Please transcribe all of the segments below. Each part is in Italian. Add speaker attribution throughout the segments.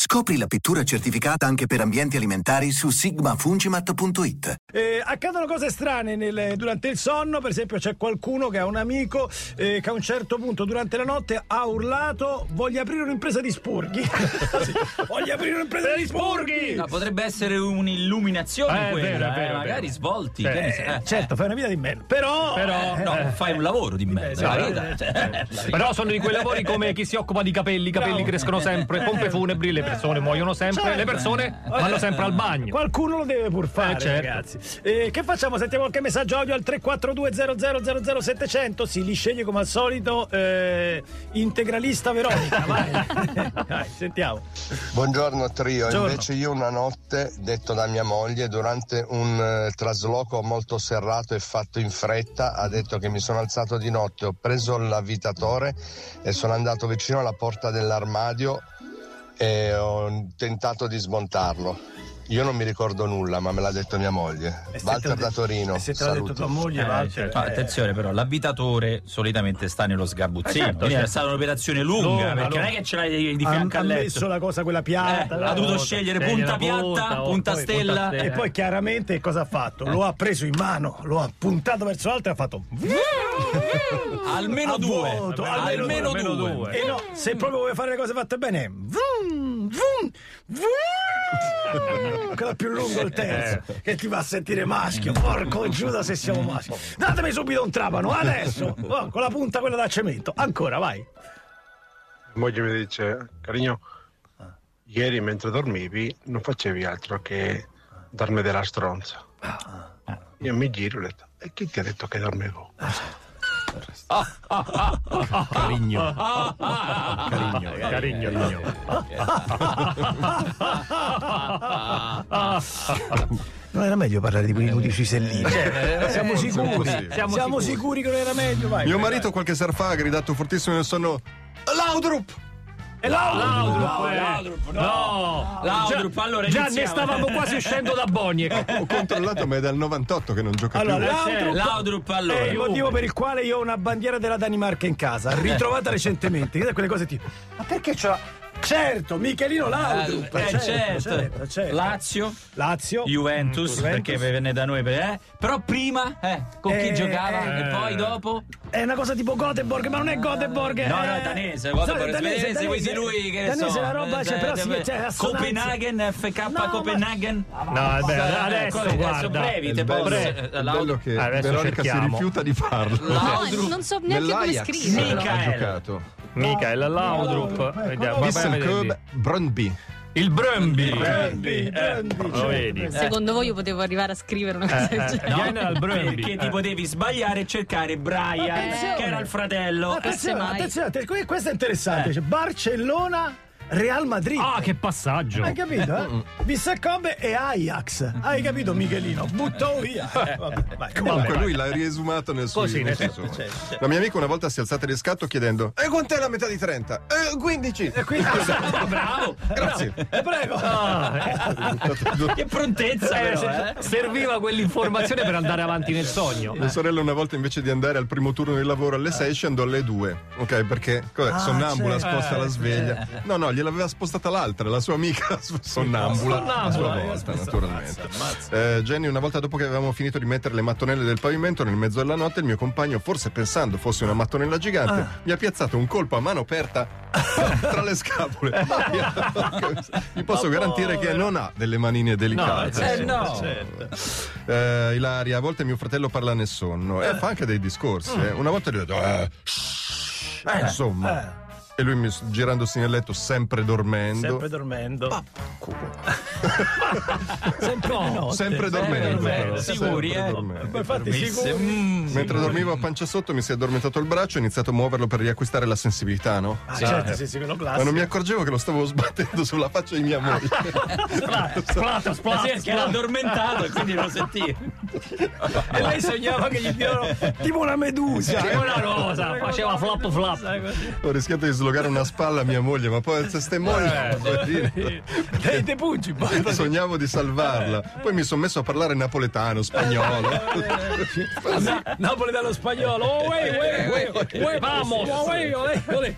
Speaker 1: Scopri la pittura certificata anche per ambienti alimentari su sigmafungimat.it.
Speaker 2: Eh, accadono cose strane nel- durante il sonno, per esempio c'è qualcuno che ha un amico eh, che a un certo punto durante la notte ha urlato voglio aprire un'impresa di spurghi. Sì, voglio aprire un'impresa di spurghi!
Speaker 3: No, potrebbe essere un'illuminazione
Speaker 4: Eh, è
Speaker 3: quella,
Speaker 4: vero, è
Speaker 3: eh,
Speaker 4: vero, è
Speaker 3: magari
Speaker 4: vero.
Speaker 3: svolti.
Speaker 4: Eh,
Speaker 3: che ne so, eh,
Speaker 2: Certo, fai una vita di merda, però...
Speaker 4: Però-
Speaker 2: eh,
Speaker 3: eh, no, fai un lavoro di merda. la
Speaker 4: sì,
Speaker 3: verità, cioè, la verità.
Speaker 4: Però sono di quei lavori come chi si occupa di capelli, i capelli
Speaker 2: Bravo.
Speaker 4: crescono sempre, pompe funebri, le persone muoiono sempre,
Speaker 2: Certo.
Speaker 4: le persone vanno sempre al bagno.
Speaker 2: Qualcuno lo deve pur fare,
Speaker 4: Eh, certo.
Speaker 2: ragazzi. Eh, che facciamo? Sentiamo qualche messaggio audio al 342 Si li sceglie come al solito eh, integralista Veronica. Vai. Vai, sentiamo. Eh,
Speaker 5: Buongiorno trio,
Speaker 2: Buongiorno.
Speaker 5: invece io una notte, detto da mia moglie, durante un eh, trasloco molto serrato e fatto in fretta, ha detto che mi sono alzato di notte, ho preso l'avvitatore e sono andato vicino alla porta dell'armadio e ho tentato di smontarlo. Io non mi ricordo nulla, ma me l'ha detto mia moglie.
Speaker 2: E se te l'ha
Speaker 5: Walter da
Speaker 2: detto-
Speaker 5: Torino.
Speaker 2: e se te l'ha detto
Speaker 5: saluti.
Speaker 2: tua moglie,
Speaker 3: Eh,
Speaker 2: Walter,
Speaker 3: certo. Ah,
Speaker 4: cioè,
Speaker 2: eh,
Speaker 3: attenzione però, l'avvitatore solitamente sta nello sgabuzzino,
Speaker 4: certo,
Speaker 3: quindi
Speaker 4: certo.
Speaker 3: è stata un'operazione lunga,
Speaker 4: Lunga,
Speaker 3: perché
Speaker 4: lunga.
Speaker 3: non è che ce l'hai di, di
Speaker 2: ha,
Speaker 3: fianco
Speaker 2: ha
Speaker 3: al
Speaker 2: messo
Speaker 3: letto.
Speaker 2: la cosa quella
Speaker 3: Eh,
Speaker 2: pianta.
Speaker 3: ha
Speaker 2: la
Speaker 3: dovuto
Speaker 2: cosa.
Speaker 3: scegliere
Speaker 4: Scegli la
Speaker 3: punta piatta,
Speaker 4: punta, oh,
Speaker 3: punta
Speaker 4: poi punta
Speaker 3: stella.
Speaker 4: stella.
Speaker 2: E poi chiaramente cosa ha fatto? Lo ha preso in mano, lo ha puntato verso l'alto e ha fatto.
Speaker 3: Almeno
Speaker 2: A
Speaker 3: due,
Speaker 2: vuoto,
Speaker 3: almeno,
Speaker 2: almeno
Speaker 3: due.
Speaker 4: due.
Speaker 2: E no, se proprio vuoi fare le cose fatte bene, vroom, vroom, vroom. quello più lungo è il terzo, che ti fa sentire maschio. Porco Giuda, se siamo maschi. Datemi subito un trapano, adesso, Oh, con la punta quella da cemento. Ancora, vai.
Speaker 6: moglie mi dice, carino, ieri mentre dormivi non facevi altro che darmi della stronza. Io mi giro e ho detto, e chi ti ha detto che dormivo?
Speaker 4: Carigno. Carigno. Carigno.
Speaker 2: Non era meglio parlare di
Speaker 4: Eh,
Speaker 2: quelli nudi sui sellini.
Speaker 4: cioè,
Speaker 2: siamo sicuri,
Speaker 7: possibili.
Speaker 2: siamo,
Speaker 4: Siamo
Speaker 2: sicuri che non era meglio, vai.
Speaker 7: Mio
Speaker 2: vai,
Speaker 7: marito
Speaker 2: vai.
Speaker 7: qualche sera fa ha gridato fortissimo nel sonno Laudrup!
Speaker 2: E l'audio,
Speaker 4: Laudrup, eh.
Speaker 3: Laudrup, no.
Speaker 4: No.
Speaker 3: Laudrup,
Speaker 4: Già-
Speaker 3: allora
Speaker 4: Già ne
Speaker 3: iniziamo.
Speaker 4: stavamo quasi uscendo da Bogne.
Speaker 7: Ho controllato, ma è dal 98 che non gioca
Speaker 2: Eh, Allora,
Speaker 4: cioè,
Speaker 7: più.
Speaker 3: Eh,
Speaker 2: Laudrup-
Speaker 3: Laudrup, allora.
Speaker 2: È il motivo per il quale io ho una bandiera della Danimarca in casa,
Speaker 4: Eh.
Speaker 2: ritrovata recentemente. Io quelle cose tipo. Ma perché c'ho. Certo, Michelino Laudrup.
Speaker 3: Eh, certo,
Speaker 2: certo, certo.
Speaker 3: Lazio,
Speaker 2: Lazio. Mm,
Speaker 3: Juventus,
Speaker 2: Oh. Juventus.
Speaker 3: perché venne da noi, per- eh? però prima eh, con chi
Speaker 2: Eh,
Speaker 3: giocava
Speaker 2: eh.
Speaker 3: e poi dopo
Speaker 2: È una cosa tipo Göteborg, ma non è Göteborg.
Speaker 3: No, no,
Speaker 2: è
Speaker 3: è danese, Göteborg è svedese, quindi lui che ne
Speaker 2: danese
Speaker 3: so.
Speaker 2: è una roba, cioè,
Speaker 3: eh,
Speaker 2: però
Speaker 3: eh,
Speaker 2: sì, c'è assonanza.
Speaker 3: Copenaghen, FK
Speaker 2: No, ma-
Speaker 3: Copenaghen.
Speaker 4: No, è vero, adesso
Speaker 3: Adesso
Speaker 4: guarda.
Speaker 3: brevi, te
Speaker 7: È bello,
Speaker 3: posso-
Speaker 7: è
Speaker 3: eh,
Speaker 7: bello
Speaker 3: Laudrup-
Speaker 7: che
Speaker 4: Adesso
Speaker 7: Veronica si
Speaker 4: cerchiamo.
Speaker 7: rifiuta di farlo.
Speaker 3: Laudrup-
Speaker 8: non so neanche come
Speaker 7: Nell'Ajax
Speaker 8: scrivere.
Speaker 7: ha
Speaker 3: Michael.
Speaker 7: giocato.
Speaker 4: Michael
Speaker 2: Laudrup,
Speaker 4: Laudrup.
Speaker 2: eh,
Speaker 4: Vediamo, vai- vai a
Speaker 7: Vissen
Speaker 4: vedere lì.
Speaker 7: Kobe, Brøndby.
Speaker 4: Il Brømby.
Speaker 2: Brøndby, Brøndby,
Speaker 4: Lo vedi?
Speaker 8: Secondo voi io potevo arrivare a scrivere una cosa del genere?
Speaker 4: Eh, Viene al Brømby.
Speaker 3: Perché ti
Speaker 4: Eh.
Speaker 3: potevi sbagliare e cercare Brian,
Speaker 8: Attenzione.
Speaker 3: che era il fratello. Eh,
Speaker 2: Attenzione,
Speaker 8: semmai.
Speaker 2: attenzione, attenzione, questo è interessante. C'è Barcellona, Real Madrid.
Speaker 4: Ah, che passaggio.
Speaker 2: Hai capito? Eh? Bissacombe e Ajax. Hai capito, Michelino? Buttalo via. Eh, vabbè, vai.
Speaker 7: Comunque
Speaker 2: Vai.
Speaker 7: lui l'ha riesumato nel suo
Speaker 4: Così,
Speaker 7: nel
Speaker 4: nel
Speaker 7: suo- La mia amica una volta si è alzata di scatto chiedendo E quant'è la metà di 30? E 15!
Speaker 2: E quindi-
Speaker 3: Bravo!
Speaker 7: Grazie.
Speaker 2: Eh, prego.
Speaker 3: Che prontezza,
Speaker 4: Eh,
Speaker 3: però,
Speaker 4: Ah, se-
Speaker 3: eh.
Speaker 4: Serviva quell'informazione per andare avanti nel sogno.
Speaker 2: eh.
Speaker 7: Mia sorella una volta invece di andare al primo turno di lavoro alle 6 scendo alle 2. Ok, perché cos'è,
Speaker 2: Ah,
Speaker 7: sonnambula
Speaker 2: certo.
Speaker 7: sposta la sveglia. No, no, gliel'aveva spostata l'altra, la sua amica sonnambula. a
Speaker 2: eh,
Speaker 7: sua volta, naturalmente. Eh, Jenny, una volta dopo che avevamo finito di mettere le mattonelle del pavimento nel mezzo della notte, il mio compagno, forse pensando fosse una mattonella gigante,
Speaker 2: Ah.
Speaker 7: mi ha piazzato un colpo a mano aperta tra le scapole. Vi posso
Speaker 2: Ma
Speaker 7: garantire che non ha delle manine delicate.
Speaker 3: Eh no!
Speaker 7: certo. Eh, Ilaria, a volte mio fratello parla nel sonno e fa anche dei discorsi. eh. Una volta gli ho detto, eh, shh, eh, insomma. E lui mi- girandosi nel letto, sempre dormendo.
Speaker 2: Sempre dormendo. sempre di notte.
Speaker 7: Sempre dormendo, però.
Speaker 3: Sicuri,
Speaker 7: Sempre
Speaker 3: eh?
Speaker 7: dormendo.
Speaker 2: Ma infatti,
Speaker 3: Permesse.
Speaker 2: sicuro.
Speaker 3: Mm.
Speaker 7: Mentre dormivo a pancia sotto mi si è addormentato il braccio e ho iniziato a muoverlo per riacquistare la sensibilità, no? Eh.
Speaker 2: Ah, certo, sì, sì, quello
Speaker 7: Ma non
Speaker 2: classico.
Speaker 7: mi accorgevo che lo stavo sbattendo sulla faccia di mia moglie.
Speaker 4: Splata,
Speaker 3: Ma sì,
Speaker 4: splata,
Speaker 3: è che era addormentato e quindi lo sentì.
Speaker 2: E lei sognava che gli diano tipo una medusa. eh.
Speaker 4: Tipo una rosa, faceva flap flap.
Speaker 7: Ho rischiato di slogare una spalla a mia moglie, ma poi queste mogli. poverine.
Speaker 2: Dei te pungi, poi.
Speaker 7: Sognavo di salvarla. Poi mi sono messo a parlare napoletano, spagnolo. Eh.
Speaker 2: Napoli dallo spagnolo. Oh, uè, uè, uè, uè, vamos. Oh, uè, olè, olè.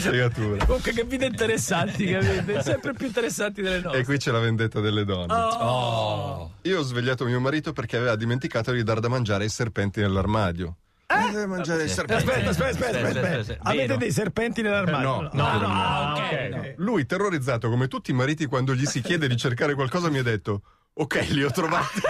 Speaker 7: Fregatura.
Speaker 2: Comunque, che vite interessanti, capite? Sempre più interessanti delle
Speaker 7: E
Speaker 2: nostre.
Speaker 7: qui c'è la vendetta delle donne. Io ho svegliato mio marito perché aveva dimenticato di dar da mangiare ai serpenti nell'armadio. Eh? mangiare i serpenti.
Speaker 2: Aspetta, aspetta, aspetta, aspetta,
Speaker 3: Aspetta,
Speaker 2: aspetta.
Speaker 3: aspetta.
Speaker 2: Avete
Speaker 3: Vero.
Speaker 2: dei serpenti nell'armadio? Ah,
Speaker 7: No, no, no.
Speaker 4: ok.
Speaker 7: Lui, terrorizzato come tutti i mariti quando gli si chiede di cercare qualcosa, mi ha detto: Ok, li ho trovati.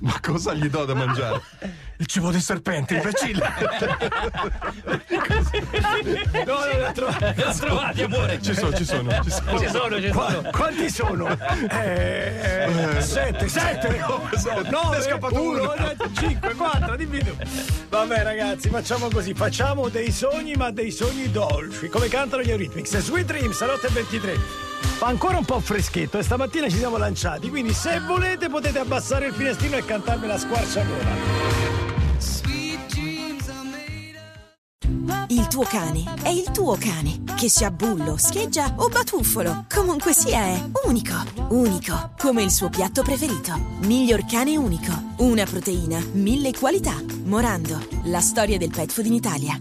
Speaker 7: Ma cosa gli do da mangiare? Il cibo dei serpenti, imbecille!
Speaker 2: No, no, l'ho trovato.
Speaker 3: L'ha trovati, amore.
Speaker 7: Ci sono, ci sono, ci sono.
Speaker 4: Ci sono, ci sono.
Speaker 2: Qua- Quanti sono? Eh, eh, sette, sette,
Speaker 7: sette? Ne è scappato uno.
Speaker 2: 5, 4, dimmi tu. Vabbè ragazzi, facciamo così, facciamo dei sogni ma dei sogni dolci, come cantano gli Eurythmics. Sweet Dreams, notte 23. Fa ancora un po' freschetto e stamattina ci siamo lanciati, quindi se volete potete abbassare il finestrino e cantarmi la squarciagola.
Speaker 9: Il tuo cane è il tuo cane, che sia bullo, scheggia o batuffolo, comunque sia è unico, unico, come il suo piatto preferito. Miglior cane unico, una proteina, mille qualità. Morando, la storia del pet food in Italia.